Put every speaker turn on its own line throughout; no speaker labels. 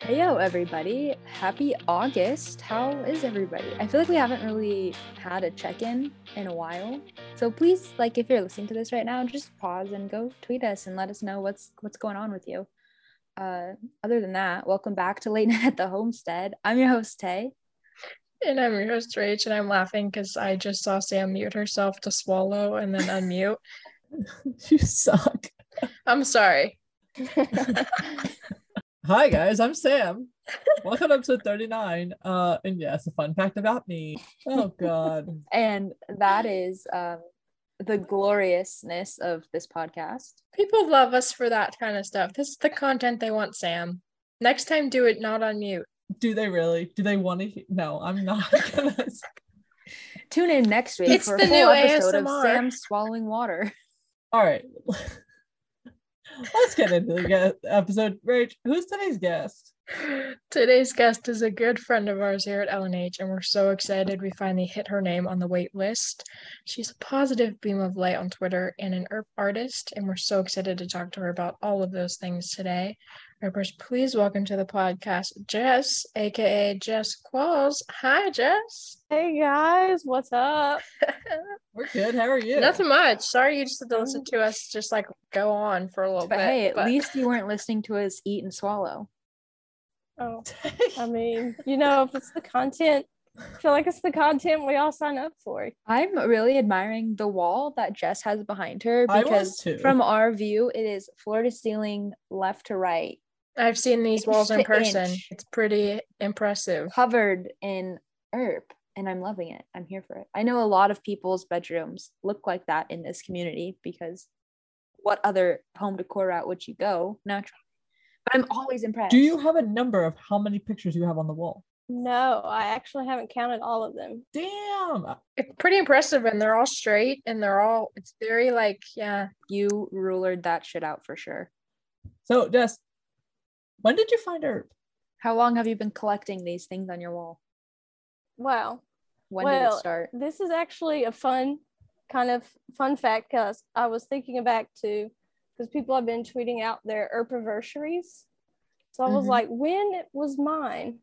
Heyo, everybody. Happy August. How is everybody? I feel like we haven't really had a check in in a while. So please, like, if you're listening to this right now, just pause and go tweet us and let us know what's what's going on with you. Uh, other than that, welcome back to Late Night at the Homestead. I'm your host, Tay.
And I'm your host, Rach, and I'm laughing because I just saw Sam mute herself to swallow and then unmute.
You suck.
I'm sorry.
Hi guys, I'm Sam. Welcome up to 39. Uh and yes, a fun fact about me. Oh god.
And that is um, the gloriousness of this podcast.
People love us for that kind of stuff. This is the content they want, Sam. Next time, do it not on mute.
Do they really? Do they want to he- No, I'm not gonna
Tune in next week
It's
for a
the
full
new
episode of
ASMR.
Sam swallowing water.
All right. Let's get into the guest episode. Rach, who's today's guest?
Today's guest is a good friend of ours here at LNH, and we're so excited we finally hit her name on the wait list. She's a positive beam of light on Twitter and an ERP artist, and we're so excited to talk to her about all of those things today. ERPers, please welcome to the podcast Jess, aka Jess Qualls. Hi, Jess.
Hey guys, what's up?
We're good. How are you?
Nothing much. Sorry, you just had to listen to us just like go on for a little
Mm. But
bit.
hey, at
but-
least you weren't listening to us eat and swallow.
Oh, I mean, you know, if it's the content, I feel like it's the content we all sign up for.
I'm really admiring the wall that Jess has behind her
I was
because
too.
from our view, it is floor to ceiling, left to right,
I've seen these walls
inch
in
to
person.
inch.
It's pretty impressive.
covered in herb. And I'm loving it. I'm here for it. I know a lot of people's bedrooms look like that in this community because what other home decor route would you go? Naturally. But I'm always impressed.
Do you have a number of how many pictures you have on the wall?
No, I actually haven't counted all of them.
Damn.
It's pretty impressive, and they're all straight, and they're all. It's very like yeah.
you rulered that shit out for sure.
So Jess, when did you find her?
How long have you been collecting these things on your wall?
Wow.
When did it
Well,
start?
This is actually a fun kind of fun fact because I was thinking back to because people have been tweeting out their erpiversaries. So I was
Mhm.
like, when it was mine?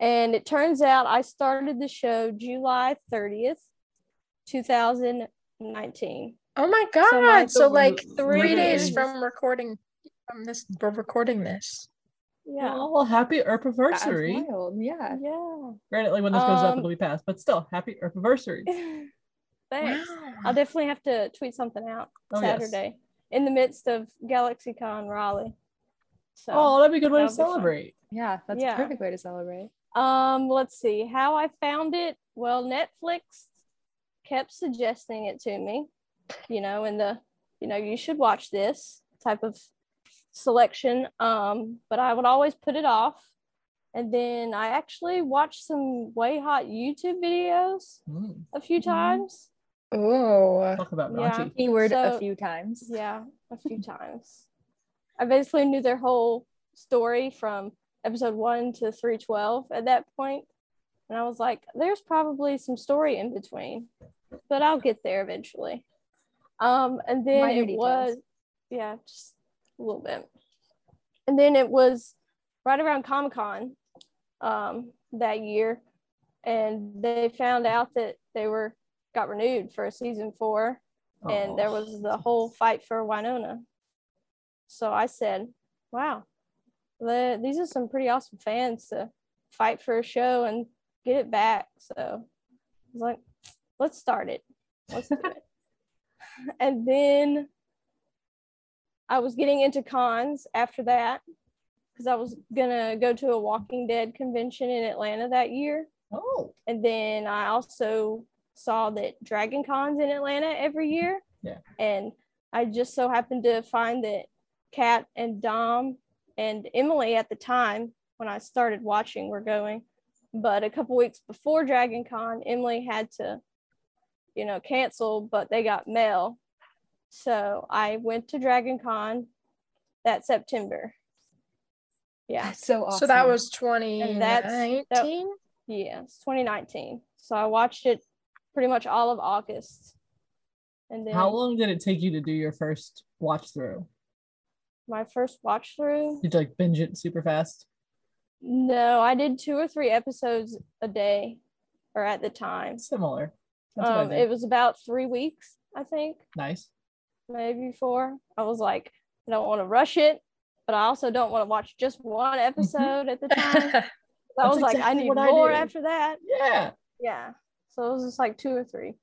And it turns out I started the show July 30th, 2019.
Oh my
So, like,
god! So
the
like
w-
three days
literally-
from recording from this, we're recording this.
Yeah.
Oh, well, happy
That's
Erpiversary.
wild. Yeah.
Yeah.
Granted, like when this goes up,
Um,
it'll be past, but still, happy anniversary.
Thanks. I'll
Wow.
definitely have to tweet something out
Oh, yes.
Saturday in the midst of GalaxyCon Raleigh. So,
Oh, that'd be a good way to
that'll be fun.
celebrate.
Yeah, that's
Yeah.
a perfect way to celebrate.
Oh.
um, let's see how I found it. Well, Netflix kept suggesting it to me, you know, in the, you know, you should watch this type of selection. Um, but I would always put it off. And then I actually watched some way hot YouTube videos
Mm,
a few
Mhm.
times.
Oh,
talk about
Yeah.
raunchy.
Keyword a
So-
few times.
Yeah, a few times. I basically knew their whole story from episode one to 312 at that point. And I was like, there's probably some story in between, but I'll get there eventually. Um, and then
Minor
it
details.
was, yeah, just a little bit. And then it was right around Comic Con um, that year. And they found out that they were got renewed for season four and there
Aw.
was the whole fight for Winona. So I said, "Wow, the, these are some pretty awesome fans to fight for a show and get it back." So I was like, "Let's start it. Let's do it." and then I was getting into cons after that because I was gonna go to a Walking Dead convention in Atlanta that year.
Oh,
And then I also saw that Dragon Con's in Atlanta every year.
Yeah.
And I just so happened to find that Kat and Dom and Emily at the time when I started watching were going. But a couple weeks before Dragon Con, Emily had to, you know, cancel, but they got mail. So I went to Dragon Con that September. Yeah.
That's so awesome.
so that was twenty
And that's- that-
nineteen.
Yeah, it's 2019. So I watched it pretty much all of August. And then
how long did it take you to do your first watch through?
my first watch through,
Did you like binge it super fast?
No, I did two or three episodes a day or at the time.
Similar. That's what I
Um,
did.
it was about three weeks, I think,
nice.
maybe four. I was like, I don't want to rush it, but I also don't want to watch just one episode at the time. I
Mm-hmm. That's
was like, I
exactly
need
what I
more
did.
after that.
Yeah.
Yeah. So it was just like two or three.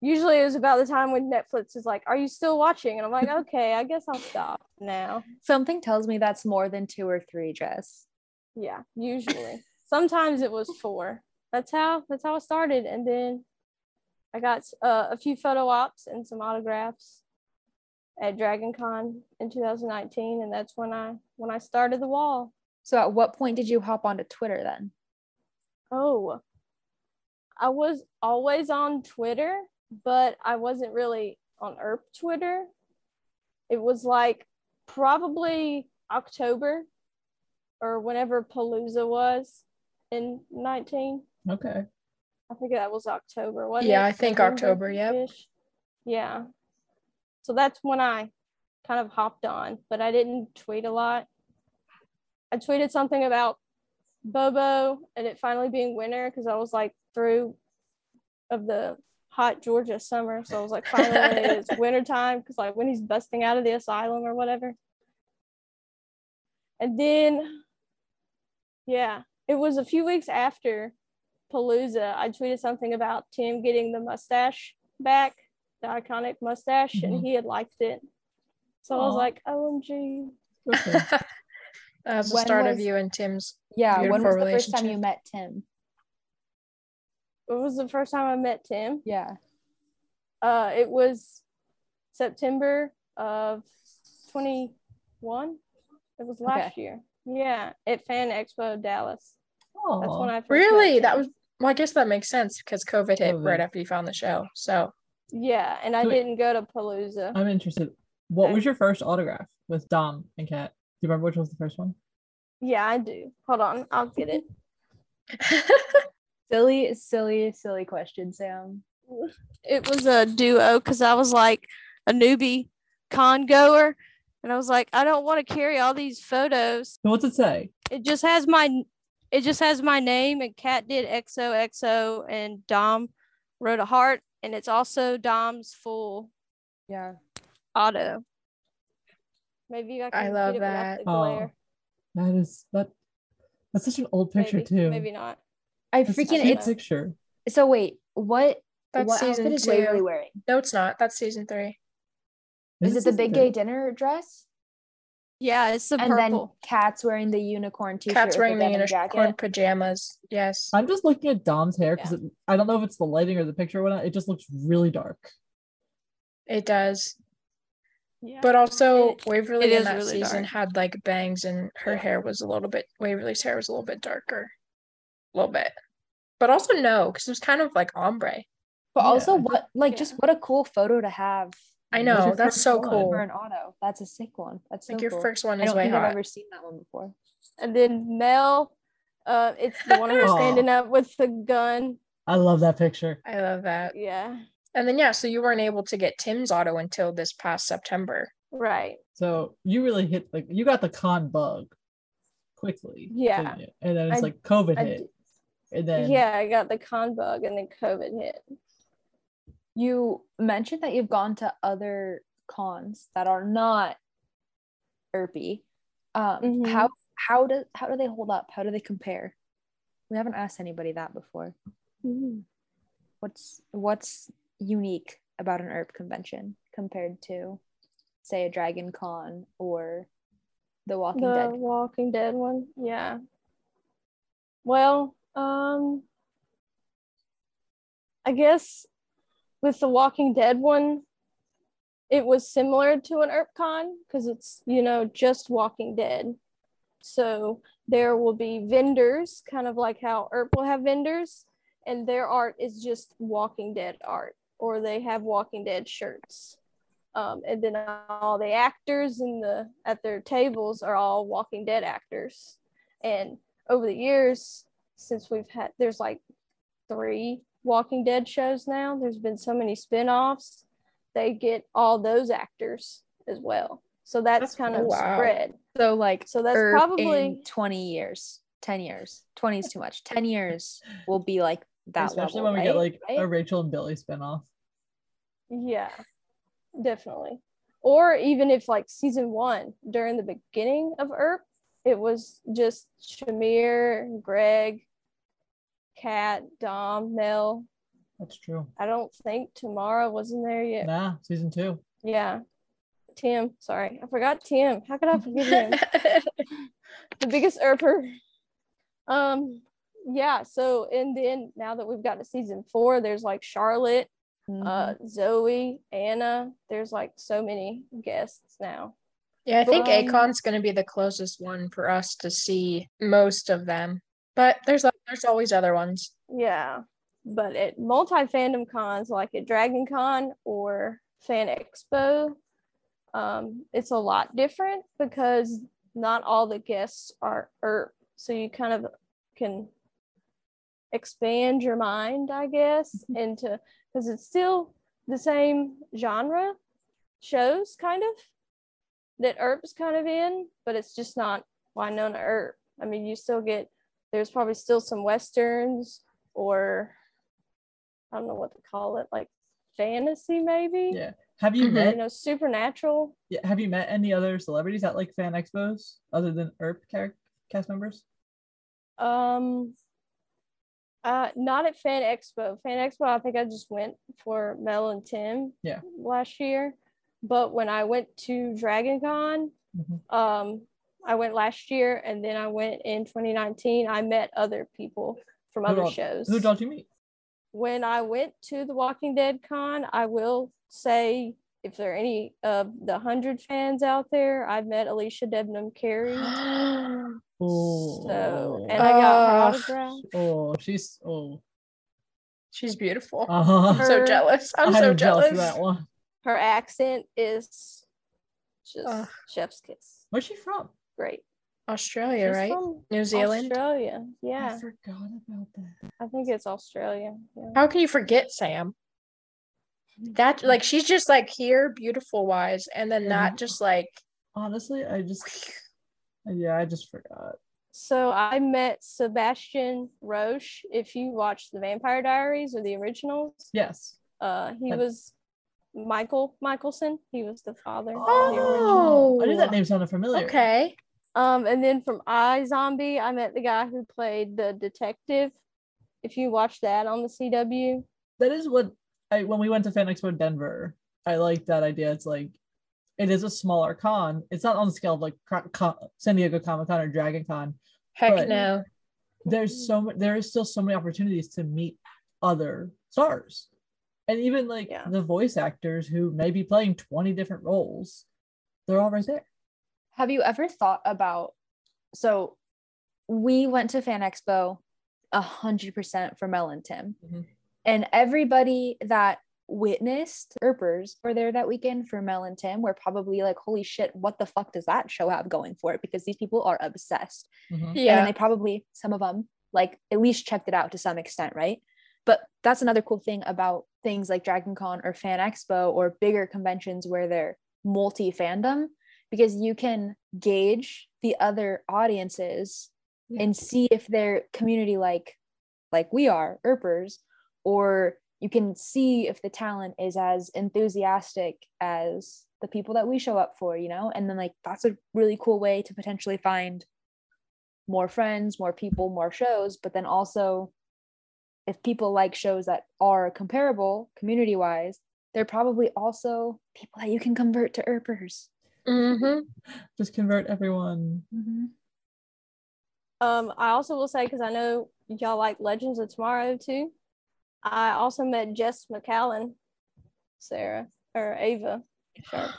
Usually it was about the time when Netflix is like, Are you still watching? And I'm like, Okay, I guess I'll stop now.
Something tells me that's more than two or three, Jess.
Yeah, usually. Sometimes it was four. That's how that's how I started, and then I got uh, a few photo ops and some autographs at Dragon Con in 2019, and that's when I when I started the wall.
So at what point did you hop onto Twitter then?
Oh, I was always on Twitter, but I wasn't really on ERP Twitter. It was like probably October or whenever Palooza was in 19.
Okay.
I think that was October, wasn't
Yeah,
it?
I think October, yep.
Ish. Yeah. So that's when I kind of hopped on, but I didn't tweet a lot. I tweeted something about Bobo and it finally being winter because I was like through of the hot Georgia summer. So I was like, finally it's winter time because like when he's busting out of the asylum or whatever. And then yeah, it was a few weeks after Palooza, I tweeted something about Tim getting the mustache back, the iconic mustache,
Mhm.
Mm-hmm.
and he had liked it. So I was
Aw.
like, OMG.
Okay.
That was the
When
start of
was-
you and Tim's.
Yeah, when was
Beautiful
the first time you
relationship.
met Tim?
It was the first time I met Tim.
Yeah.
Uh, it was September of 21. It was last year. Yeah, at Fan Expo Dallas. That's
Aw.
when I first met
Really?
Tim.
That was. Well, I guess that makes sense because COVID hit
COVID.
right after you found the show. So
yeah, and I
So it-
didn't go to Palooza.
I'm interested. What
Okay.
was your first autograph with Dom and Kat? Do you remember which was the first one?
yeah, I do. Hold on, I'll get it.
Silly, silly, silly question, Sam.
it was a duo because I was like a newbie con goer, and I was like, I don't want to carry all these photos.
So what's it say?
It just has my, it just has my name, and Kat did XOXO, and Dom wrote a heart, and it's also Dom's full
Yeah.
auto. Maybe I can. get
love
it without
that.
the
Oh,
glare.
That is that. That's such an old picture
maybe,
too.
Maybe not.
I
That's such
freaking
an old
it's
picture.
so wait, what
That's
what
season
outfit is Waverly
two.
wearing?
no, it's not. That's season three.
Is, it the
season
big
three?
gay dinner dress?
Yeah, it's the
and then
purple.
Cat's wearing the unicorn t-shirt
Cat's
with
wearing the
denim
unicorn pajamas. Yes.
I'm just looking at Dom's hair because I don't know if it's the lighting or the picture or whatnot. It just looks really dark.
It does.
yeah.
But also
It-
Waverly
it
in
is
that
really
season
dark.
had like bangs and her
Yeah.
hair was a little bit Waverly's hair was a little bit darker. A little bit. But also no, because it was kind of like ombre.
But
Yeah,
also
I
what like
yeah.
just what a cool photo to have
I
Those
know,
are
that's
first
so
one.
cool.
for an auto. That's a sick one. That's so
Like your
cool.
first one
I
is
don't
way
think I've
hot.
ever seen that one before.
and then Mel, uh, it's the one who's
Aw.
standing up with the gun.
I love that picture.
I love that.
Yeah,
And then yeah, so you weren't able to get Tim's auto until this past September.
right.
So you really hit like you got the con bug quickly.
Yeah.
didn't you? And then it's
I-
like COVID
I
hit.
d-
and then
yeah, I got the con bug and then COVID hit.
You mentioned that you've gone to other cons that are not ERPy. Um,
Mhm.
How how do how do they hold up? How do they compare? We haven't asked anybody that before.
Mm-hmm.
What's what's unique about an ERP convention compared to, say, a Dragon Con or the Walking
the
Dead?
Walking Dead one, yeah. Well, um, I guess with the Walking Dead one, it was similar to an ErpCon because it's you know just Walking Dead, so there will be vendors, kind of like how ERP will have vendors, and their art is just Walking Dead art, or they have Walking Dead shirts um, and then all the actors in the at their tables are all Walking Dead actors. And over the years, since we've had, there's like three Walking Dead shows now. There's been so many spin-offs. They get all those actors as well. So that's,
That's
kind of
wow. Er,
spread.
So like
So that's
Erp
probably
in 20 years, 10 years. 20 is too much. 10 years will be like that
Especially
level,
when we get
right?
like a
Right?
Rachel and Billy spinoff.
yeah, definitely. Or even if like season one during the beginning of ERP, it was just Shamir, Greg, Kat, Dom, Mel.
That's true.
I don't think Tamara wasn't there yet.
Nah, season two.
Yeah. Tim, sorry. I forgot Tim. How could I forget him? the biggest erper. Um, yeah. So, and then now that we've got to season four, there's like Charlotte,
Mm-hmm.
uh, Zoe, Anna. There's like so many guests now.
Yeah, I think
Um,
Acon's going to be the closest one for us to see most of them, but there's there's always other ones.
Yeah. But at multi fandom cons, like at Dragon Con or Fan Expo, um, it's a lot different because not all the guests are ERP. So you kind of can expand your mind, I guess, into because it's still the same genre shows, kind of that ERP's kind of in, but it's just not Winona ERP. I mean, you still get there's probably still some westerns or I don't know what to call it, like fantasy maybe.
Yeah. Have you
Mhm.
You
met
know, supernatural.
yeah, have you met any other celebrities at like fan expos other than ERP character cast members?
Um uh not at Fan Expo. Fan Expo, I think I just went for Mel and Tim
Yeah.
last year. But when I went to Dragon Con,
Mhm.
um I went last year and then I went in 2019. I met other people from
Who
other
all-
shows.
Who don't you meet?
when I went to the Walking Dead con, I will say if there are any of the hundred fans out there, I met Alicia Debnam Carey. So and I got her
Ah.
autograph.
oh, she's oh.
She's beautiful. I'm
Uh-huh.
so
Her-
jealous. I'm, so jealous.
of that one.
Her accent is just
Ugh.
chef's kiss.
Where's she from?
Great.
Australia,
She's
right?
from
New Zealand.
Australia. Yeah.
I forgot about that.
I think it's Australia. Yeah.
How can you forget Sam? That like she's just like here, beautiful wise, and then not
Mhm.
just like
Honestly, I just yeah, I just forgot.
So I met Sebastian Roche. If you watch the Vampire Diaries or the originals,
Yes.
Uh, he
But-
was Michael Michelson. He was the father. of the original.
oh,
I knew that name sounded familiar.
okay.
Um, and then from I Zombie, I met the guy who played the detective. If you watch that on the CW,
That is what I when we went to Fan Expo Denver, I like that idea. It's like it is a smaller con. It's not on the scale of like Cro- Con- San Diego Comic Con or Dragon Con.
Heck
But-
no.
There's so much. There is still so many opportunities to meet other stars, and even like
Yeah.
the voice actors who may be playing 20 different roles, they're all right there.
Have you ever thought about? So, we went to Fan Expo, a hundred percent for Mel and Tim,
Mhm.
and everybody that witnessed Erpers were there that weekend for Mel and Tim. Were probably like, "Holy shit, what the fuck does that show have going for it?" Because these people are obsessed.
Mm-hmm.
Mhm.
and
Yeah.
then they probably some of them like at least checked it out to some extent right but that's another cool thing about things like dragon con or fan expo or bigger conventions where they're multi fandom because you can gauge the other audiences
Yeah.
and see if they're community like like we are erpers or you can see if the talent is as enthusiastic as the people that we show up for you know and then like that's a really cool way to potentially find more friends, more people, more shows, but then also if people like shows that are comparable community wise, they're probably also people that you can convert to ERPers.
Mhm.
Just convert everyone.
Mm-hmm.
um, I also will say because I know y'all like Legends of Tomorrow too. I also met Jess McCallan, Sarah or Ava. Sharp.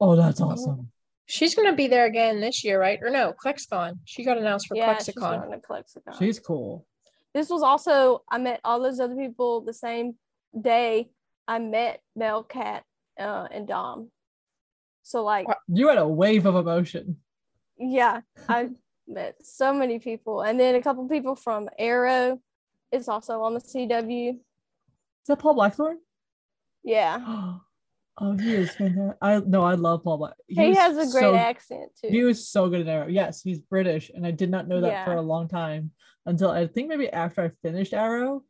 Oh, that's awesome.
She's gonna be there again this year, right? Or no, Clexicon. She got announced for
Yeah, she's
Clexicon.
going to Lexicon.
She's cool.
this was also I met all those other people the same day I met Mel, Cat, uh, and Dom. So like,
Wow.
You had a wave of emotion.
yeah, I met so many people, and then a couple people from Arrow. It's also on the CW.
Is that Paul Blackthorne?
Yeah,
oh Oh, he is fantastic. I no, I love Paul Black.
He,
was
has a great
so-
accent too.
He was so good in Arrow. Yes, he's British, and I did not know that for
Yeah.
a long time until I think maybe after I finished Arrow,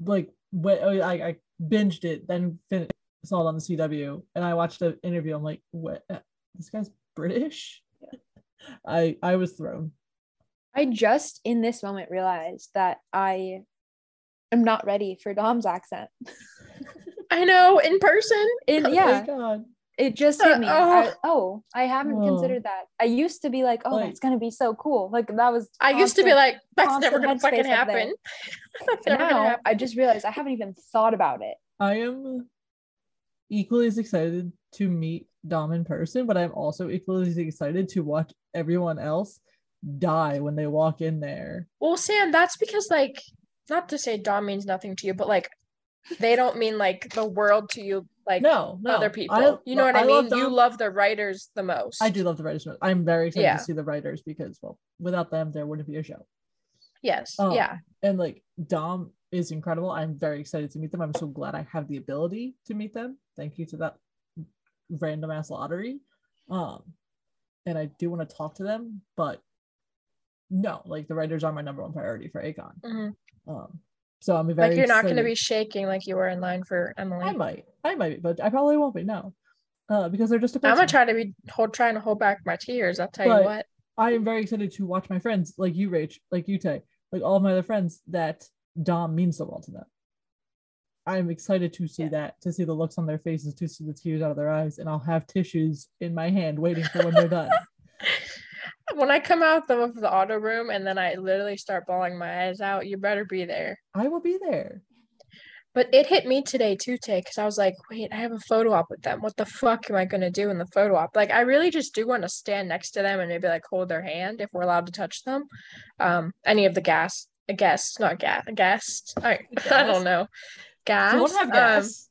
like when oh, I, I binged it, then fin- saw it on the CW, and I watched the interview. I'm like, what? Uh, This guy's British. I I was thrown.
I just in this moment realized that I am not ready for Dom's accent.
I know in person.
And
Oh
yeah,
my God.
it just hit me. I-
Uh,
oh, I haven't
Whoa.
considered that. I used to be like, oh,
Like-
that's gonna be so cool. Like that was.
I used to be
constant.
like, that's never
constant
gonna fucking
headspace up there.
happen. that's
And
never gonna
now
happen.
I just realized I haven't even thought about it.
I am equally as excited to meet Dom in person, but I'm also equally as excited to watch everyone else die when they walk in there.
Well, Sam, that's because like, not to say Dom means nothing to you, but like, they don't mean like the world to you, like
no, no,
other people.
I-
you know what I,
love
mean? You
Dom.
love the writers the most.
I do love the writers. note. I'm very excited
Yeah.
to see the writers because, well, without them, there wouldn't be a show.
Yes.
Oh.
Yeah.
And like Dom is incredible. I'm very excited to meet them. I'm so glad I have the ability to meet them. Thank you to that random ass lottery. Um, and I do want to talk to them, but no, like the writers are my number one priority for Akon.
Mhm.
Um, so I'm very
Like you're not gonna
excited.
be shaking like you were in line for Emily.
I
I'm,
might, I might, be, but I probably won't be. No, uh, because they're just a
gonna
person.
try to be hold trying to hold back my tears. I'll tell
But-
you what.
I am very excited to watch my friends, like you, Rach, like you, Tay, like all my other friends, that Dom means the world to them. I'm excited to see
Yeah.
that, to see the looks on their faces, to see the tears out of their eyes, and I'll have tissues in my hand waiting for when they're done.
When I come out the, of the auto room and then I literally start bawling my eyes out, you better be there.
I will be there.
But it hit me today too, Tay, because I was like, wait, I have a photo op with them. What the fuck am I gonna do in the photo op? Like, I really just do want to stand next to them and maybe like hold their hand if we're allowed to touch them. Um, any of the gas guests, not gas guests. I, I
Gas?
don't know. Gas.
Someone have
um,
gas.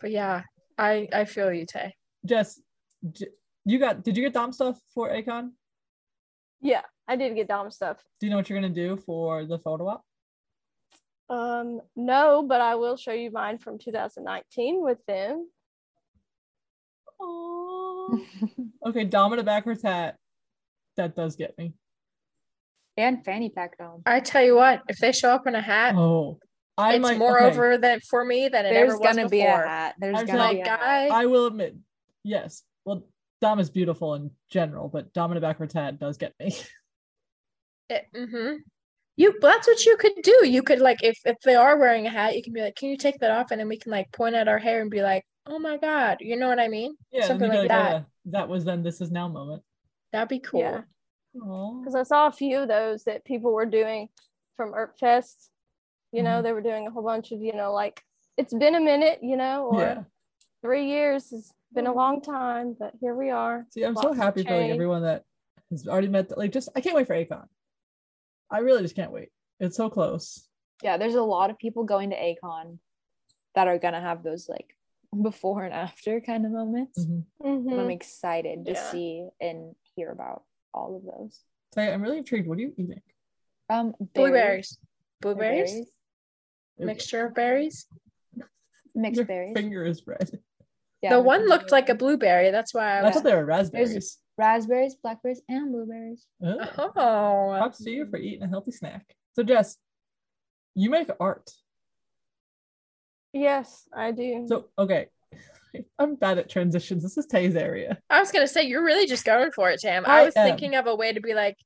but yeah, I I feel you, Tay.
Jess, j- you got? Did you get Dom stuff for Akon?
yeah, I did get Dom stuff.
Do you know what you're gonna do for the photo op?
Um, no, but I will show you mine from 2019 with them. Oh,
Okay, Dom in a backwards hat. That does get me.
And fanny pack Dom.
I tell you what, if they show up in a hat,
Oh, I
it's
might.
more
okay.
over than for me than it
There's
ever was
gonna
before.
be a hat. There's
There's
gonna
like
be a
Like,
hat.
I
I will admit, yes. Well, Dom is beautiful in general, but Dom in a backwards hat does get me.
mm-hmm. You but that's what you could do. You could like if if they are wearing a hat, you can be like, "Can you take that off?" And then we can like point at our hair and be like, "Oh my god," you know what I mean?
Yeah, and
Something
you'd
like
be like,
that.
"Oh, that was then. This is now moment.
That'd be cool.
Yeah.
Aw.
because I saw a few of those that people were doing from Erp Fest. You know, they were doing a whole bunch of, you know, like it's been a minute, you know, or
Yeah.
three years has been a long time, but here we are.
See, I'm so
Lots of
happy for like
change.
everyone that has already met. Like, just I can't wait for Akon. I really just can't wait. It's so close.
Yeah, there's a lot of people going to Akon that are gonna have those like before and after kind of moments.
Mm-hmm.
Mhm.
And I'm
Mhm.
excited to
Yeah.
see and hear about all of those.
So yeah, I'm really intrigued. What are you eating?
Um,
Blueberries.
Blueberries.
Blueberries. Mixture of berries.
Mixed
Your
berries.
finger is red.
Yeah,
the
mixed
one looked
berries.
like a blueberry. That's why I
I
was.
thought they were raspberries.
raspberries, blackberries, and blueberries.
Oh.
Oh,
Props to you for eating a healthy snack. So Jess, you make art.
Yes, I do.
So okay, I'm bad at transitions. This is Tay's area.
I was gonna say you're really just going for it, Tam. I,
I
was
am.
thinking of a way to be like,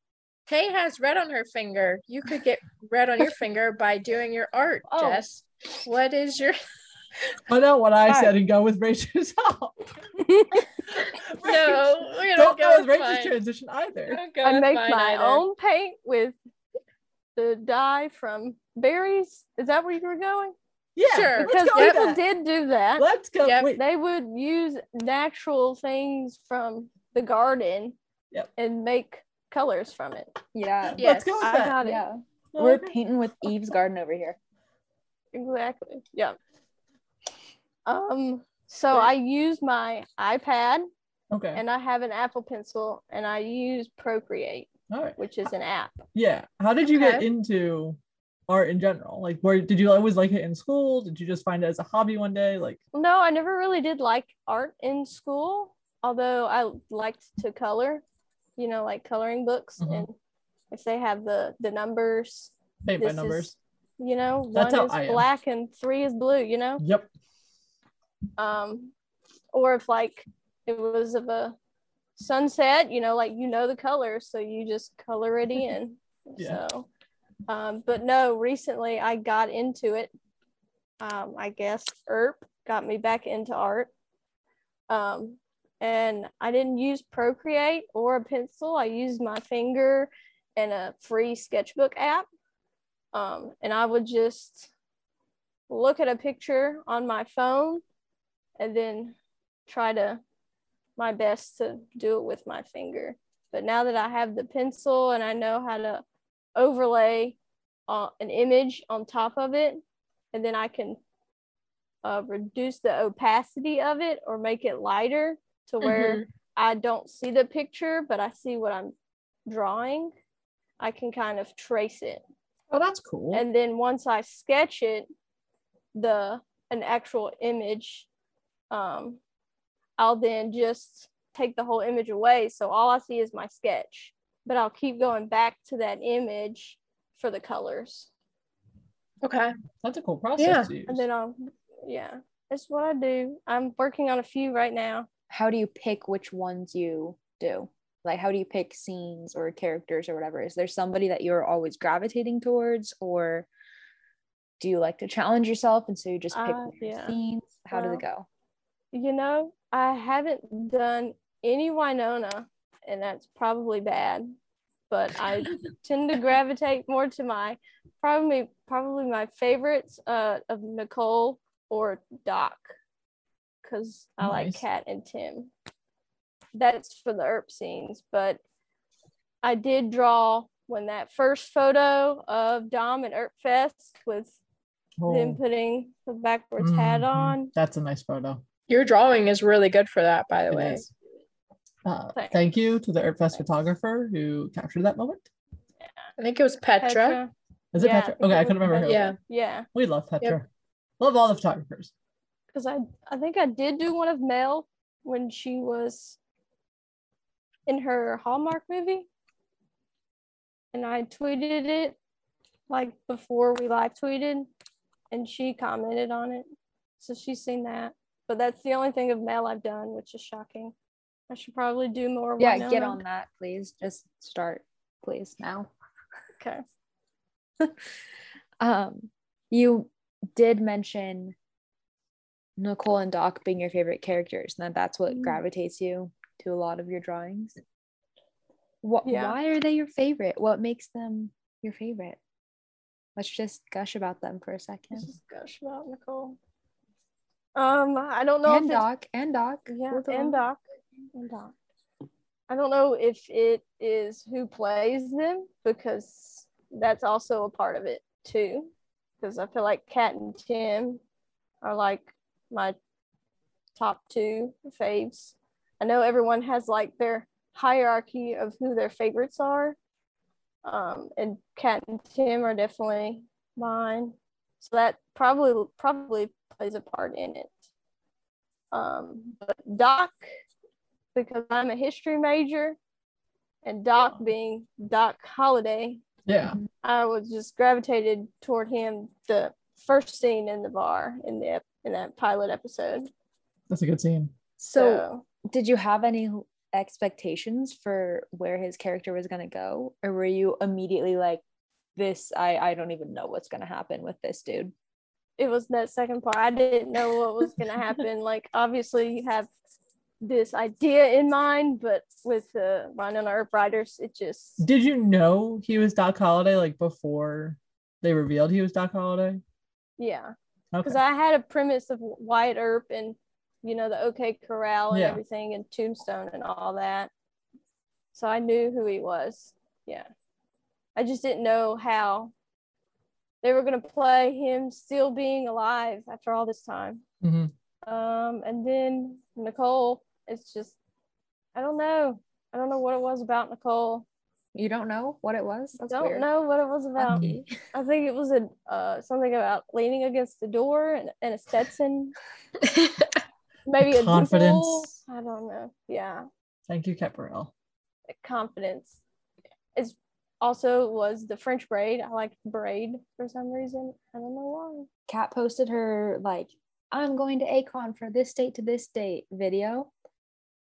"Hey, has red on her finger. You could get red on your finger by doing your art,
Oh.
Jess. What is your
Find out what I
Hi.
said and go with Rachel's help. Rach,
no? We don't,
don't go with
with
Rachel's
mine.
transition either.
Don't go
I
with
make
mine
my
either.
own paint with the dye from berries. Is that where you were going?
Yeah,
Sure.
let's
Because
go with
people
that.
did do that.
Let's go.
Yep.
Wait,
They would use natural things from the garden
Yep.
and make colors from it.
Yeah,
Yeah. yes.
let's go with
I
that.
got it.
yeah.
No,
We're
okay.
painting with Eve's garden over here.
Exactly. Yeah. Um, so I use my iPad
okay.
and I have an Apple Pencil and I use Procreate,
All right.
which is an app.
Yeah. How did you get
Okay.
into art in general? Like, where did you always like it in school? Did you just find it as a hobby one day? Like,
No, I never really did like art in school, although I liked to color, you know, like coloring books.
Mhm.
And if they have the the numbers,
paint by
This is-
numbers.
you know,
That's how
one is
I am.
black and three is blue, you know?
Yep.
Um, or if like it was of a sunset, you know, like you know the color, so you just color it in.
Yeah.
So, um, but no, recently I got into it. Um, I guess ERP got me back into art. Um, and I didn't use Procreate or a pencil. I used my finger and a free sketchbook app. Um, and I would just look at a picture on my phone and then try to my best to do it with my finger. But now that I have the pencil and I know how to overlay uh, an image on top of it, and then I can uh, reduce the opacity of it or make it lighter to where
Mhm.
I don't see the picture, but I see what I'm drawing. I can kind of trace it
Oh, that's cool.
and then once I sketch it, the an actual image, um, I'll then just take the whole image away. So all I see is my sketch, but I'll keep going back to that image for the colors,
Okay.
that's a cool process.
Yeah.
to use.
and then I'll, yeah, that's what I do. I'm working on a few right now.
How do you pick which ones you do? Like, how do you pick scenes or characters or whatever? Is there somebody that you're always gravitating towards, or do you like to challenge yourself and so you just pick
Uh,
weird
yeah.
scenes? How do they go?
You know, I haven't done any Winona, and that's probably bad. But I tend to gravitate more to my probably probably my favorites uh, of Nicole or Doc, because I like
Nice.
Kat and Tim. That's for the ERP scenes, but I did draw when that first photo of Dom and ERP Fest with them
Oh,
putting the backwards hat
mhm.
on.
That's a nice photo.
Your drawing is really good for that, by the
It
way.
is. Uh,
Thanks.
thank you to the Earthfest
Thanks.
photographer who captured that moment.
I think it was Petra.
Petra.
Is it
Yeah, I
Petra?
think
Okay,
it
I
was
couldn't remember who.
Petra. Yeah.
Yeah.
We love Petra. Love all the photographers.
because I I think I did do one of Mel when she was in her Hallmark movie, and I tweeted it like before we live tweeted, and she commented on it, so she's seen that. But that's the only thing of Mel I've done, which is shocking. I should probably do more.
Yeah, get
Winona.
on that, please. Just start, please, now.
Okay.
um you did mention nicole and doc being your favorite characters and that that's what
Mm.
gravitates you to a lot of your drawings what
Yeah.
why are they your favorite what makes them your favorite let's just gush about them for a
Let's
second
just gush about Nicole. Um, I don't know
and
if it's
doc and doc
Yeah,
both of them.
and Doc. And Doc. I don't know if it is who plays them because that's also a part of it too. Because I feel like Kat and Tim are like my top two faves. I know everyone has like their hierarchy of who their favorites are. Um, and Kat and Tim are definitely mine. So that probably probably plays a part in it um, but doc because i'm a history major and doc being doc holiday
Yeah.
i was just gravitated toward him the first scene in the bar in the ep- in that pilot episode
That's a good scene.
so
so
did you have any expectations for where his character was going to go or were you immediately like this i i don't even know what's going to happen with this dude
it was that second part i didn't know what was going to happen like obviously you have this idea in mind but with the run on earth riders it just
Did you know he was Doc Holliday like before they revealed he was Doc Holliday?
yeah
Okay.
because I had a premise of Wyatt Earp and you know the OK Corral and
Yeah.
everything and Tombstone and all that, so I knew who he was. Yeah, I just didn't know how they were gonna play him still being alive after all this time.
Mhm.
Um, and then Nicole, it's just I don't know, I don't know what it was about Nicole.
You don't know what it was? That's
Don't
weird.
know what it was about.
Funky.
I think it was a uh, something about leaning against the door and, and a Stetson, maybe a dual.
Confidence.
I don't know. Yeah,
Thank you, Caparel.
confidence. It's also was the French braid. I like braid for some reason. I don't know
Kat posted her like I'm going to Akon for this date to this date video,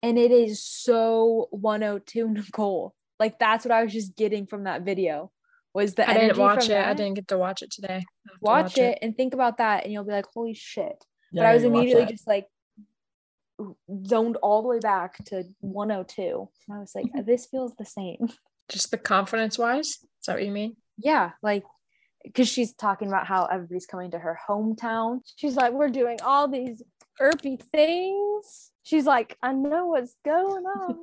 and it is so 102 Nicole. Like that's what I was just getting from that video was the
I
energy
didn't watch it.
from
I
that.
didn't get to watch it today. I have to
watch, it, and think about that, and you'll be like, holy shit.
Yeah,
but I was
you watch
immediately
that.
just like zoned all the way back to 102. And I was like, this feels the same.
Just the confidence wise. Is that what you mean?
Yeah, like because she's talking about how everybody's coming to her hometown.
why. She's like, we're doing all these irpy things. She's like, I know what's going on.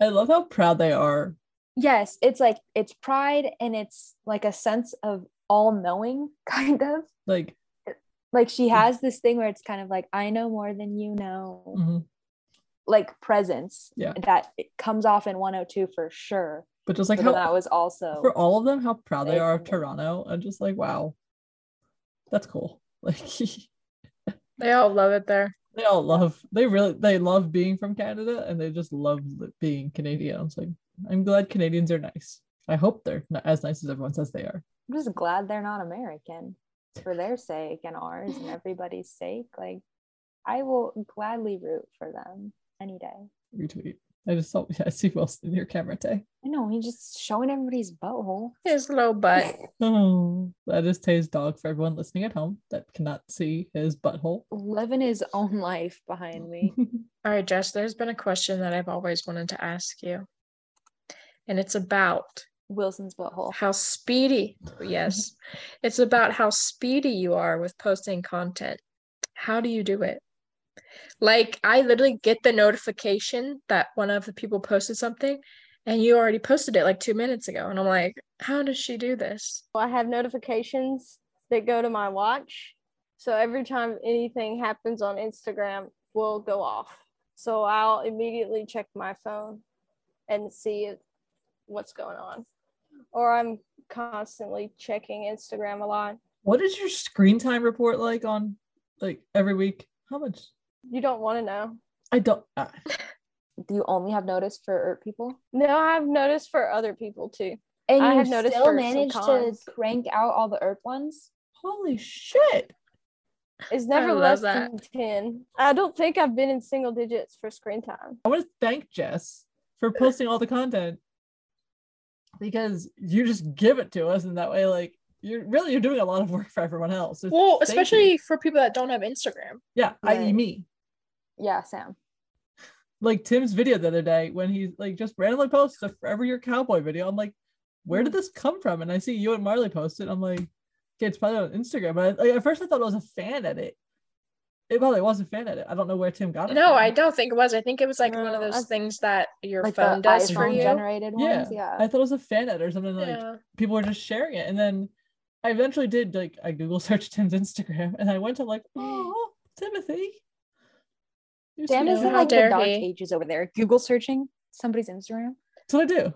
I love how proud they are.
Yes, it's like it's pride and it's like a sense of all knowing, kind of.
Like,
Like she
Mm.
has this thing where it's kind of like, I know more than you know,
mhm.
like presence
Yeah.
that it comes off in 102 for sure.
but just like
but
how
then that was also
for all of them, how proud they
They
are of
can do-
Toronto. I'm just like, wow, that's cool. Like,
They all love it there.
they all love. They really they love being from Canada, and they just love li- being Canadian. I was like, I'm glad Canadians are nice. I hope they're not as nice as everyone says they are.
I'm just glad they're not American for their sake and ours and everybody's sake. Like, I will gladly root for them any day.
Retweet. I just saw. Yeah, I see Wilson near camera day.
I know he's just showing everybody's butthole.
His little butt.
Oh, that is Tay's dog for everyone listening at home that cannot see his butthole.
Living his own life behind me.
All right, Jess, there's been a question that I've always wanted to ask you. And it's about
Wilson's butthole.
how speedy, yes, it's about how speedy you are with posting content. How do you do it? Like, I literally get the notification that one of the people posted something and you already posted it like two minutes ago. And I'm like, how does she do this?
I have notifications that go to my watch. So every time anything happens on Instagram will go off. So I'll immediately check my phone and see if- what's going on. Or I'm constantly checking Instagram a lot.
What is your screen time report like on like every week? How much?
You don't want to know.
I don't. Uh,
Do you only have notice for ERT people?
No, I've noticed for other people too.
And
I
you
have noticed
still
for some
managed to
cons.
crank out all the ERP ones?
holy shit!
It's never
love
less
that.
than 10. I don't think I've been in single digits for screen time.
I want to thank Jess for posting all the content because you just give it to us, and that way, like you're really you're doing a lot of work for everyone else. It's-
Well,
thank you.
especially for people that don't have Instagram.
yeah, i.e.
Right.
me.
Yeah, Sam.
Like Tim's video the other day when he like just randomly posts a Forever Your Cowboy video. I'm like, where did this come from? And I see you and Marley post it. I'm like, okay, it's probably on Instagram. But I, like, at first I thought it was a fan edit. It probably was a fan edit. I don't know where Tim got it.
No,
from.
I don't think it was. I think it was like one
No,
of those
I-
things that your
Like the
phone does for
iPhone
you.
generated ones.
Yeah.
Yeah.
I thought it was a fan edit or something like
Yeah.
people were just sharing it. And then I eventually did like I Google searched Tim's Instagram and I went to like, oh Timothy. You're
Sam
sweet."
is
How
in like the
dare
dark
he.
ages over there. Google searching somebody's Instagram.
That's what I do.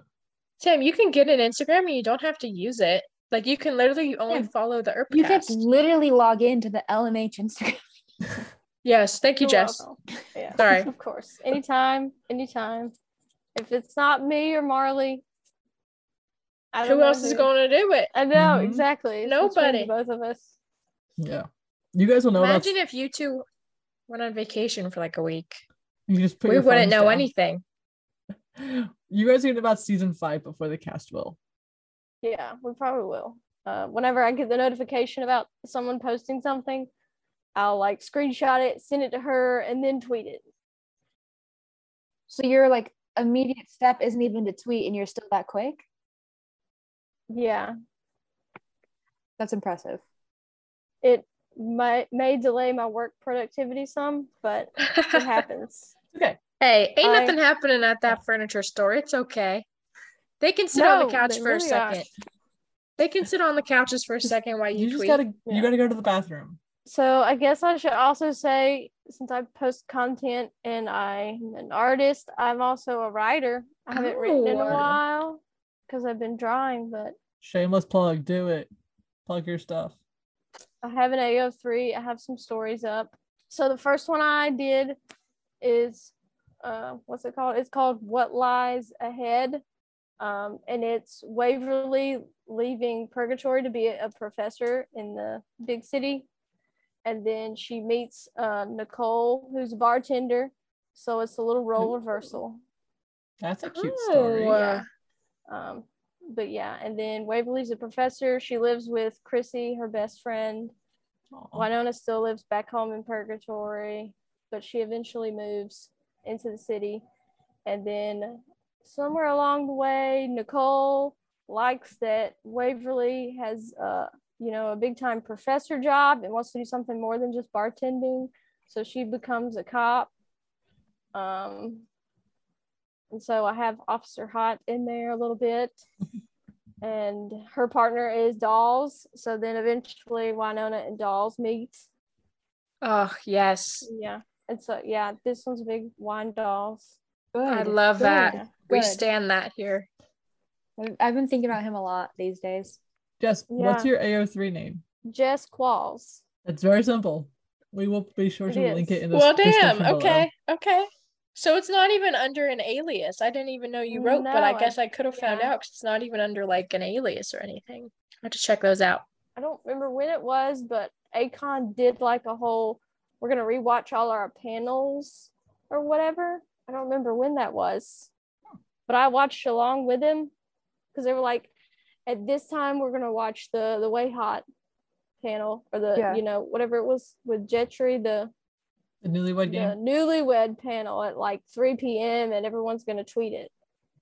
Sam, you can get an Instagram and you don't have to use it. Like you can literally only
Sam,
follow the ERPcast.
You could literally log into the LMH Instagram.
yes, thank you,
You're
Jess.
welcome. Yeah.
Sorry.
Of course. Anytime, anytime. If it's not me or Marley, I don't
Who
know
else is
who.
going to do it?
I know
Mhm.
exactly. It's between
Nobody.
the Both of us.
Yeah. You guys will know about
Imagine if you two went on vacation for like a week.
you just put
We
your
wouldn't
phones
know
down.
anything.
You guys are gonna know about season five before the cast will.
Yeah, we probably will. Uh, whenever I get the notification about someone posting something, I'll like screenshot it, send it to her, and then tweet it.
So your like immediate step isn't even to tweet and you're still that quick.
Yeah,
That's impressive.
it may, may delay my work productivity some, but it happens.
Okay.
hey, ain't
I-
nothing happening at that furniture store. It's okay. They can sit on the
No,
couch
they
for a
really aren't.
second. They can sit on the couches for a
Just-
second while
You
you,
just
tweet.
gotta you
Yeah.
gotta go to the bathroom.
So I guess I should also say, since I post content and I'm an artist, I'm also a writer. I haven't written in
Oh.
a while. because I've been drawing, but
Shameless plug. Do it. Plug your stuff.
I have an AO3. I have some stories up. So the first one I did is uh, what's it called? It's called What Lies Ahead. Um, and it's Waverly leaving purgatory to be a professor in the big city. And then she meets uh, Nicole, who's a bartender. So it's a little role
Ooh.
reversal.
That's a cute story.
Oh, uh,
Um, but yeah, and then Waverly's a professor. She lives with Chrissy, her best friend.
Aw.
Winona still lives back home in Purgatory, but she eventually moves into the city. And then somewhere along the way, Nicole likes that Waverly has, uh, you know, a big time professor job and wants to do something more than just bartending. So she becomes a cop. Um, and so I have Officer Hot in there a little bit and her partner is Dolls. So then eventually Winona and Dolls meet.
Oh, yes.
Yeah. And so yeah, this one's a big wine dolls.
I
Good,
love
good,
that. We
good.
stand that here.
I've- I've been thinking about him a lot these days.
Jess, what's
yeah.
your AO3 name?
Jess Qualls.
It's very simple. We will be sure
It
to link
is.
it in the
Well,
s-
damn.
description below.
Okay. Okay. So it's not even under an alias. I didn't even know you wrote, but
No,
I
I-
guess I could have found
yeah.
out because it's not even under like an alias or anything. I have to check those out.
I don't remember when it was, but Akon did like a whole we're gonna rewatch all our panels or whatever. I don't remember when that was. But I watched along with him because they were like, at this time we're gonna watch the the way hot panel or the
Yeah.
you know, whatever it was with Jetry, the
The newlywed game.
the newlywed panel at like 3 p.m. and everyone's going to tweet it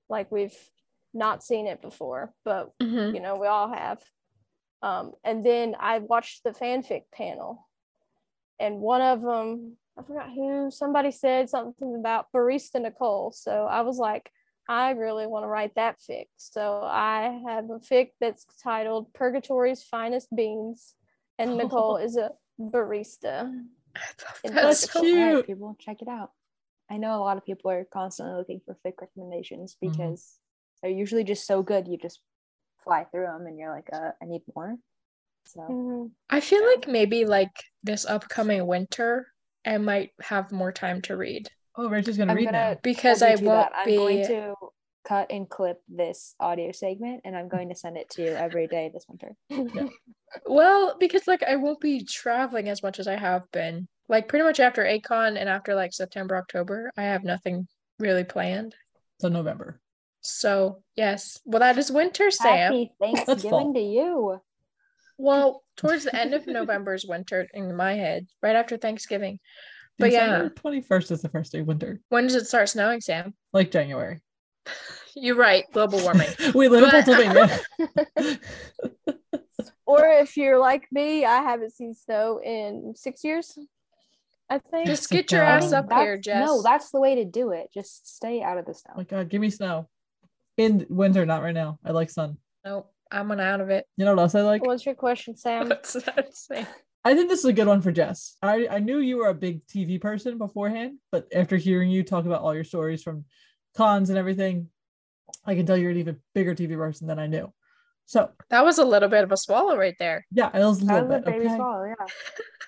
like we've not seen it before, but
Mhm.
Mm-hmm.
you know, we all have. Um, and then I watched the fanfic panel, and one of them, I forgot who, somebody said something about Barista Nicole. So I was like, I really want to write that fic. So I have a fic that's titled Purgatory's Finest Beans, and Nicole is a barista. And
That's
that's
so-
cute.
Alright, people, check it out. I know a lot of people are constantly looking for fake recommendations
Mhm.
Mm-hmm.
because they're usually just so good you just fly through them and you're like, uh, I need more. So
Mm,
Mhm.
I feel like maybe like this upcoming winter, I might have more time to read
Oh, Rachel's gonna
I'm
read
gonna-
now.
because
I'll
I
do that.
won't
I'm
be.
going to cut and clip this audio segment and I'm going to send it to you every day this winter.
Well, because like I won't be traveling as much as I have been. Like pretty much after Acon and after like September, October, I have nothing really planned.
So November.
So yes. Well that is winter, Sam.
Happy
fall.
Thanksgiving to you.
Well, towards the end of November is winter in my head, right after Thanksgiving. But yeah.
twenty first is the first day of winter,
When does it start snowing, Sam?
like January.
You're right, global warming.
we live
But-
in Pennsylvania. Oh
Or if you're like me, I haven't seen snow in six years. I think.
Just
That's a
get your
dog.
ass up
That's-
here, Jess.
No, that's the way to do it. Just stay out of the
oh my
snow.
god, give me snow. In winter, not right now. I like sun.
nope. I'm an out of it.
You know what else I like?
What's your question, Sam?
What's that saying?
I think this is a good one for Jess. I, I knew you were a big TV person beforehand, but after hearing you talk about all your stories from cons and everything, I can tell you're an even bigger TV person than I knew. So
That was a little bit of a swallow right there.
yeah, it was a
That
little
was a
bit.
baby
okay?
swallow, yeah.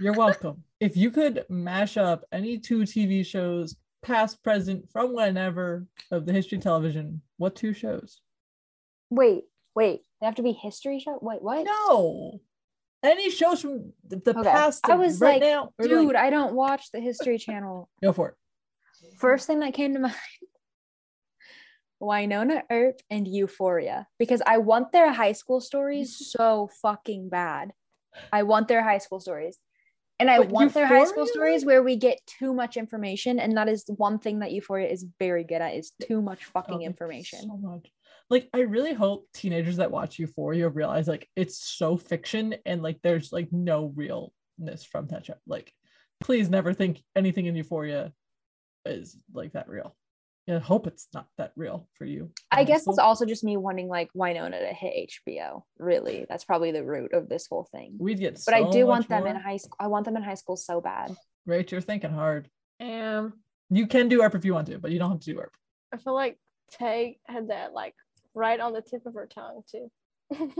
You're welcome. if you could mash up any two TV shows, past, present, from whenever of the history of television, what two shows?
Wait, wait. They have to be history show? Wait, what?
No, any shows from the, the
Okay.
past.
I
to
was
right
like,
now, or
Dude,
like-
I don't watch the History Channel.
go for it.
First thing that came to mind Winona Earp and Euphoria because I want their high school stories so fucking bad. I want their high school stories. And I
But
want their high school
Euphoria?
stories where we get too much information. And that is one thing that Euphoria is very good at is too much
Oh,
fucking
thank you
information.
So much. Like I really hope teenagers that watch Euphoria realize like it's so fiction and like there's like no realness from that show. Like please never think anything in Euphoria is like that real. Yeah, I hope it's not that real for you.
I guess it's
honestly.
also just me wanting like Winona to hit HBO. Really, that's probably the root of this whole thing.
we'd get
But I
so
do want
much
them in
more.
high school. I want them in high school so bad.
Rach, you're thinking hard.
Um
You can do ERP if you want to, but you don't have to do ERP.
I feel like Tay had that like right on the tip of her tongue too.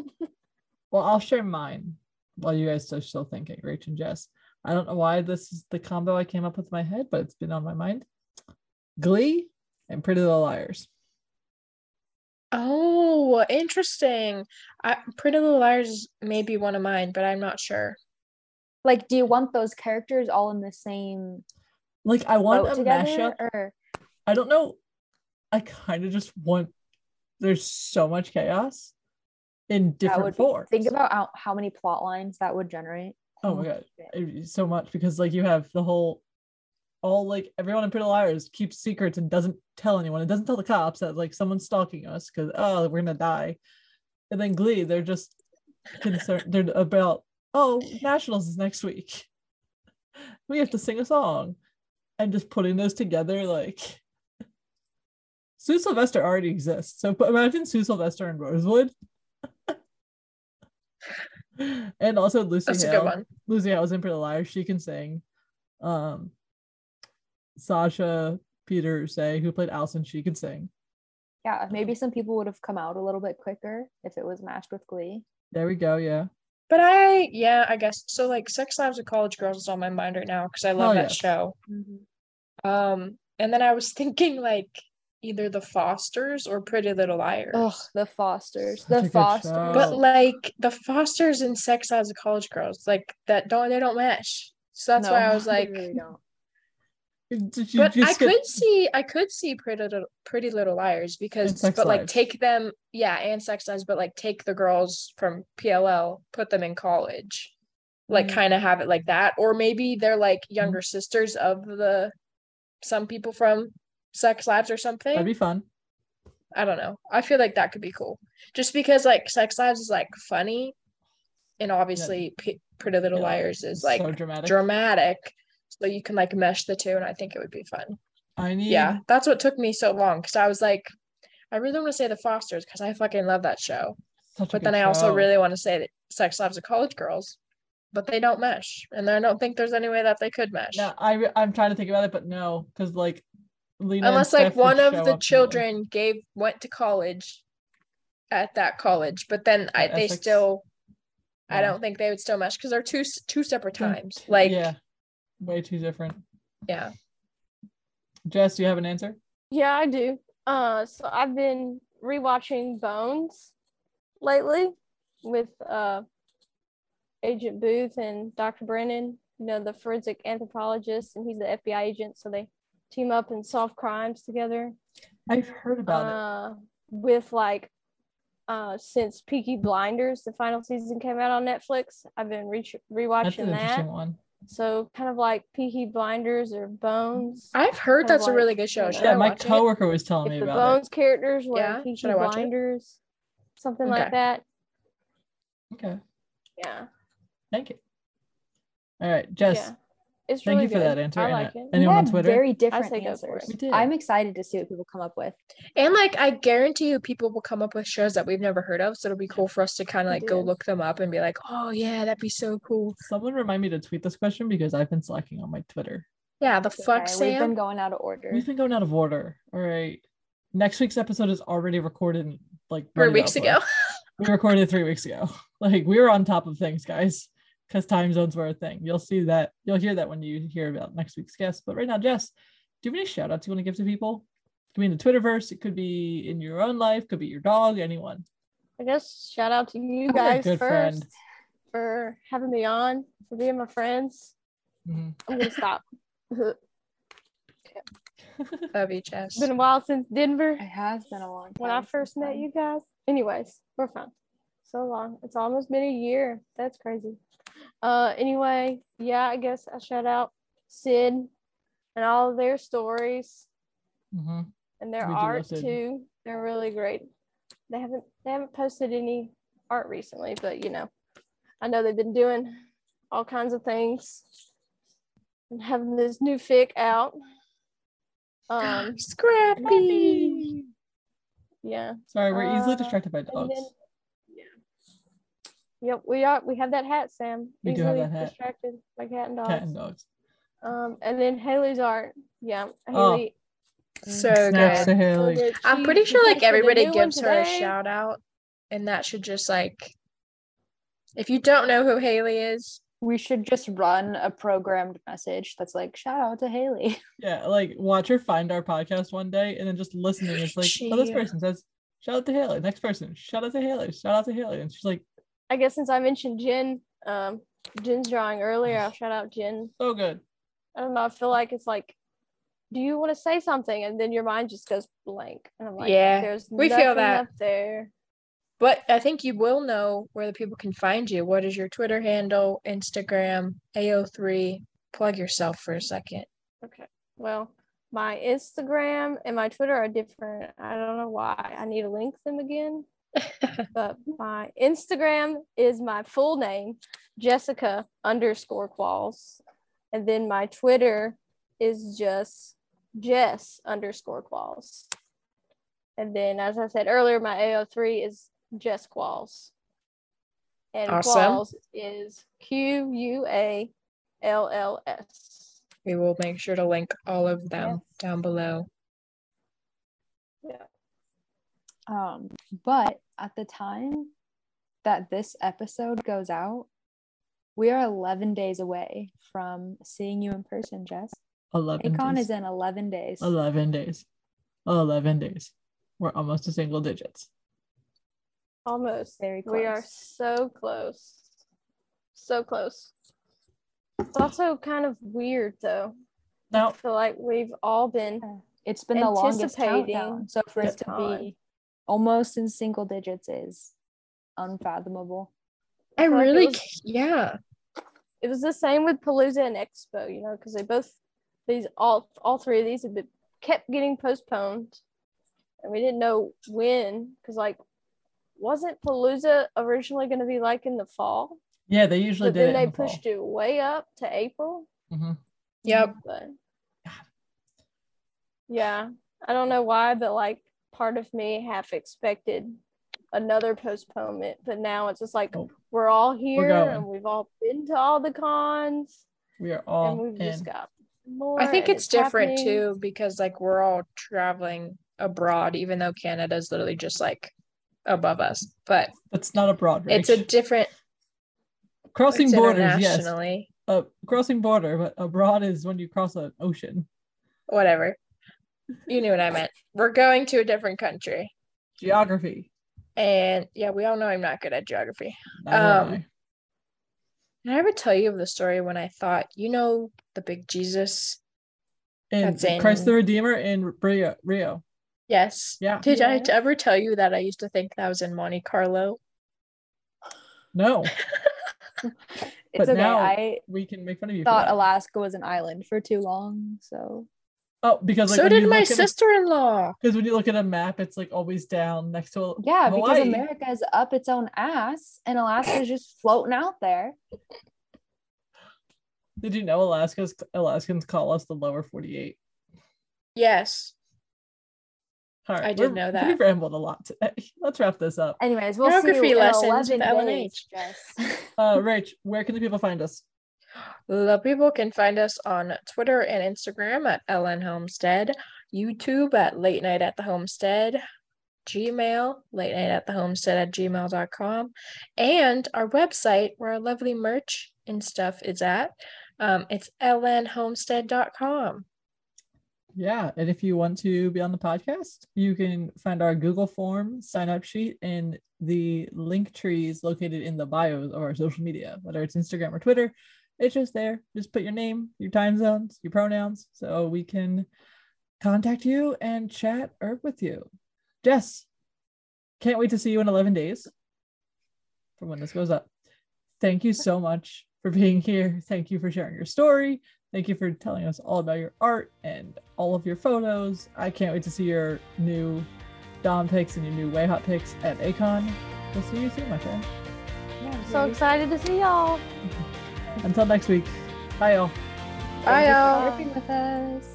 Well, I'll share mine while you guys are still thinking, Rach and Jess. I don't know why this is the combo I came up with in my head, but it's been on my mind. Glee and Pretty Little Liars.
Oh, interesting. I, Pretty Little Liars may be one of mine, but I'm not sure.
Like, do you want those characters all in the same
Like I want
boat
a
together?
mashup.
Or
I don't know. I kind of just want. There's so much chaos in
would
different
be-
forms.
think about how, how many plot lines that would generate.
Oh my god, It'd be so much because like you have the whole, all like everyone in Pretty Little Liars keeps secrets and doesn't tell anyone. It doesn't tell the cops that like someone's stalking us because oh we're gonna die, and then Glee they're just concerned. They're about oh nationals is next week. We have to sing a song, and just putting those together like. Sue Sylvester already exists, so but imagine Sue Sylvester and Rosewood. and also Lucy
That's a
Hale.
good one.
Lucy Hale was in Pretty Little Liars. She can sing. Um, Sasha Peter Say, who played Allison, she can sing.
Yeah,
Um,
maybe some people would have come out a little bit quicker if it was matched with Glee.
There we go. Yeah.
But I, yeah, I guess so. Like, Sex Lives of College Girls is on my mind right now because I love
Oh,
that
yes.
show. Um, and then I was thinking like either The Fosters or Pretty Little Liars.
Ugh, the Fosters,
Such a
the
good
Fosters.
But
Oh.
like The Fosters and Sex Lives of College Girls, like that don't they don't match. So that's why I
No,
was
they
like,
really don't.
Did you
but I
just get-
could see I could see Pretty Little Pretty Little Liars because
Sex
but like
Lives.
take them yeah and Sex Lives but like take the girls from PLL put them in college like
Mm.
kind of have it like that or maybe they're like younger sisters of the some people from Sex Lives or something
That'd be fun.
I don't know I feel like that could be cool just because like Sex Lives is like funny and obviously P- Pretty Little
Yeah.
Liars is
It's
like
so dramatic.
dramatic so you can like mesh the two and I think it would be fun
I need.
yeah that's what took me so long because i was like i really want to say the fosters because i fucking love that show
such a
but
good
then i also
show.
really want to say that sex lives of college girls but they don't mesh and i don't think there's any way that they could mesh
No, I re- I'm trying to think about it, but no, because like. Lena and
unless like
Steph would
one
show
of
up
the
and,
children gave went to college at that college but then I,
At
they
Essex?
still i
Yeah.
don't think they would still mesh because they're two s- two separate
They're
times
t-
like yeah,
yeah, way too different.
yeah.
Jess, do you have an answer?
Yeah, I do. Uh, so I've been rewatching Bones lately with uh, Agent Booth and Dr. Brennan, you know, the forensic anthropologist, and he's the FBI agent. So they team up and solve crimes together
I've heard about it.
uh, with like uh, since Peaky Blinders, the final season came out on Netflix. I've been re-
That's
rewatching
an interesting
that.
one.
So kind of like Peaky Blinders or Bones.
i've heard
Kinda
that's a
like,
really good show
you
should
know.
Yeah,
i
my
watch it
coworker was telling me
if the
about it.
Bones characters were
Yeah?
yeah.
Should
Peaky
I watch it?
Blinders, something
Okay.
like that.
Okay,
Yeah,
thank you. All right, Jess,
yeah. It's
thank
really
you for
good.
that answer.
I
and,
like
uh,
it.
We
Anyone on
had
Twitter?
Very different
say go for it.
answers.
We did.
I'm excited to see what people come up with.
And like I guarantee you people will come up with shows that we've never heard of. So it'll be cool for us to kind of like go
Yes.
look them up and be like, oh yeah, that'd be so cool.
Someone remind me to tweet this question because I've been slacking on my Twitter.
Yeah, the fuck
Okay, We've
Sam.
been going out of order.
We've been going out of order. All right. Next week's episode is already recorded and, like
Three
ready to
weeks
upload.
ago.
We recorded three weeks ago. Like we were on top of things, guys, because time zones were a thing. You'll see that. You'll hear that when you hear about next week's guest. But right now, Jess, do you have any shout outs you want to give to people? It could be in the Twitterverse. It could be in your own life. Could be your dog. Anyone.
I guess shout out to you
You're a
guys
good
first
friend.
for having me on, for being my friends.
Mhm.
I'm gonna stop. it's
Love you, Jess.
been a while since Denver
It has been a long time.
when I
since
first met
then.
you guys. Anyways, we're fine. So long. It's almost been a year. That's crazy. Uh anyway, yeah, I guess I shout out Sid and all of their stories.
Mhm.
and their
We do love
art
Sid.
too. They're really great. They haven't they haven't posted any art recently, but you know, I know they've been doing all kinds of things and having this new fic out. Um,
Scrappy.
yeah,
Sorry, we're easily
Uh,
distracted by
and
dogs.
then yeah, yep, we are. We have that hat, Sam.
We do have that hat.
Distracted by cat and dogs.
Cat and dogs.
Um, and then Haley's art. Yeah,
Oh.
Haley
So
Snaps
good.
to Haley.
Look at
I'm
she-
pretty
she
sure like
posted a
everybody
new one
gives her a
today.
shout out, and that should just like, if you don't know who Haley is,
We should just run a programmed message that's like, shout out to Haley.
Yeah, like watch her find our podcast one day and then just listening. It's like, oh, this
She-
person says, shout out to Haley. Next person, shout out to Haley. Shout out to Haley. And she's like,
I guess since I mentioned Jen, um, Jen's drawing earlier. I'll shout out Jen.
so good.
I don't know. I feel like it's like, do you want to say something? And then your mind just goes blank. And I'm like,
Yeah,
there's
we feel
nothing
that.
up there.
but I think you will know where the people can find you. What is your Twitter handle, Instagram, AO3? Plug yourself for a second.
Okay. Well, my Instagram and my Twitter are different. I don't know why. I need to link them again. but my Instagram is my full name, Jessica underscore Qualls. And then my Twitter is just Jess underscore Qualls. And then, as I said earlier, my AO3 is Jess Qualls. And
Awesome.
Qualls is Q U A L L S.
We will make sure to link all of them
Yes.
down below.
Um, but at the time that this episode goes out, we are 11 days away from seeing you in person, Jess.
11
Akon
days.
is in 11 days.
11 days. 11 days. We're almost to single digits.
Almost.
Very
We are
close.
so close. So close. It's also kind of weird though. I
Now,
feel like we've all been
It's been the longest
Anticipating
countdown. So for us
this
to
time.
be almost in single digits is unfathomable.
I
feel like it
really,
was-
c- yeah.
it was the same with Palooza and Expo, you know, because they both these all all three of these have been kept getting postponed, and we didn't know when because like wasn't Palooza originally going to be like in the fall,
yeah, they usually
but
did
then
it.
they
in the fall.
pushed it way up to April.
Mhm.
Yep.
Mm, But
God.
yeah, I don't know why, but like part of me half expected another postponement, but now it's just like
Nope.
we're all here
going.
and we've all been to all the cons
We are
and
all
we've
in.
just got more.
I think
and
it's different
happening.
too because like we're all traveling abroad, even though Canada's literally just like above us. But
That's not abroad, right?
it's a different
crossing
it's
borders, yes.
internationally.
Uh, crossing border, but abroad is when you cross an ocean.
Whatever. You knew what I meant. We're going to a different country.
Geography.
And yeah, we all know I'm not good at geography.
Neither am
Oh,
Um,
I.
Did I ever tell you of the story when I thought, you know, the big Jesus?
And
that's in-
Christ the Redeemer in Rio. Rio.
Yes.
Yeah.
Did I
Yeah.
ever tell you that I used to think that was in Monte Carlo?
No,
It's
But
okay.
now-
I
we can make fun of you. for
thought
that.
Alaska was an island for too long. So
Oh, because like
So
when
did
you
my
look at a-
sister in law.
Because when you look at a map, it's like always down next to
yeah,
Hawaii.
because America is up its own ass and Alaska is just floating out there.
Did you know Alaska's Alaskans call us the lower 48?
Yes.
All right,
I did
we're-
know that.
We've rambled a lot today. Let's wrap this up.
Anyways, we'll see
Geography
you in
lessons with
11 days,
LNH.
Jess.
Uh, Rach, where can the people find us?
The people can find us on Twitter and Instagram at LN Homestead, YouTube at Late Night at the Homestead, Gmail, late night at the homestead at gmail.com, and our website where our lovely merch and stuff is at. Um, it's lnhomestead.com.
Yeah, and if you want to be on the podcast, you can find our Google form sign up sheet and the link trees located in the bios of our social media, whether it's Instagram or Twitter. It's just there. Just put your name, your time zones, your pronouns, so we can contact you and chat or with you. Jess, can't wait to see you in 11 days from when this goes up. Thank you so much for being here. Thank you for sharing your story. Thank you for telling us all about your art and all of your photos. I can't wait to see your new Dom pics and your new Way Hot pics at Acon. We'll see you soon, my friend.
So excited to see y'all.
Until next week. Bye, y'all.
Bye, y'all.
Working with us.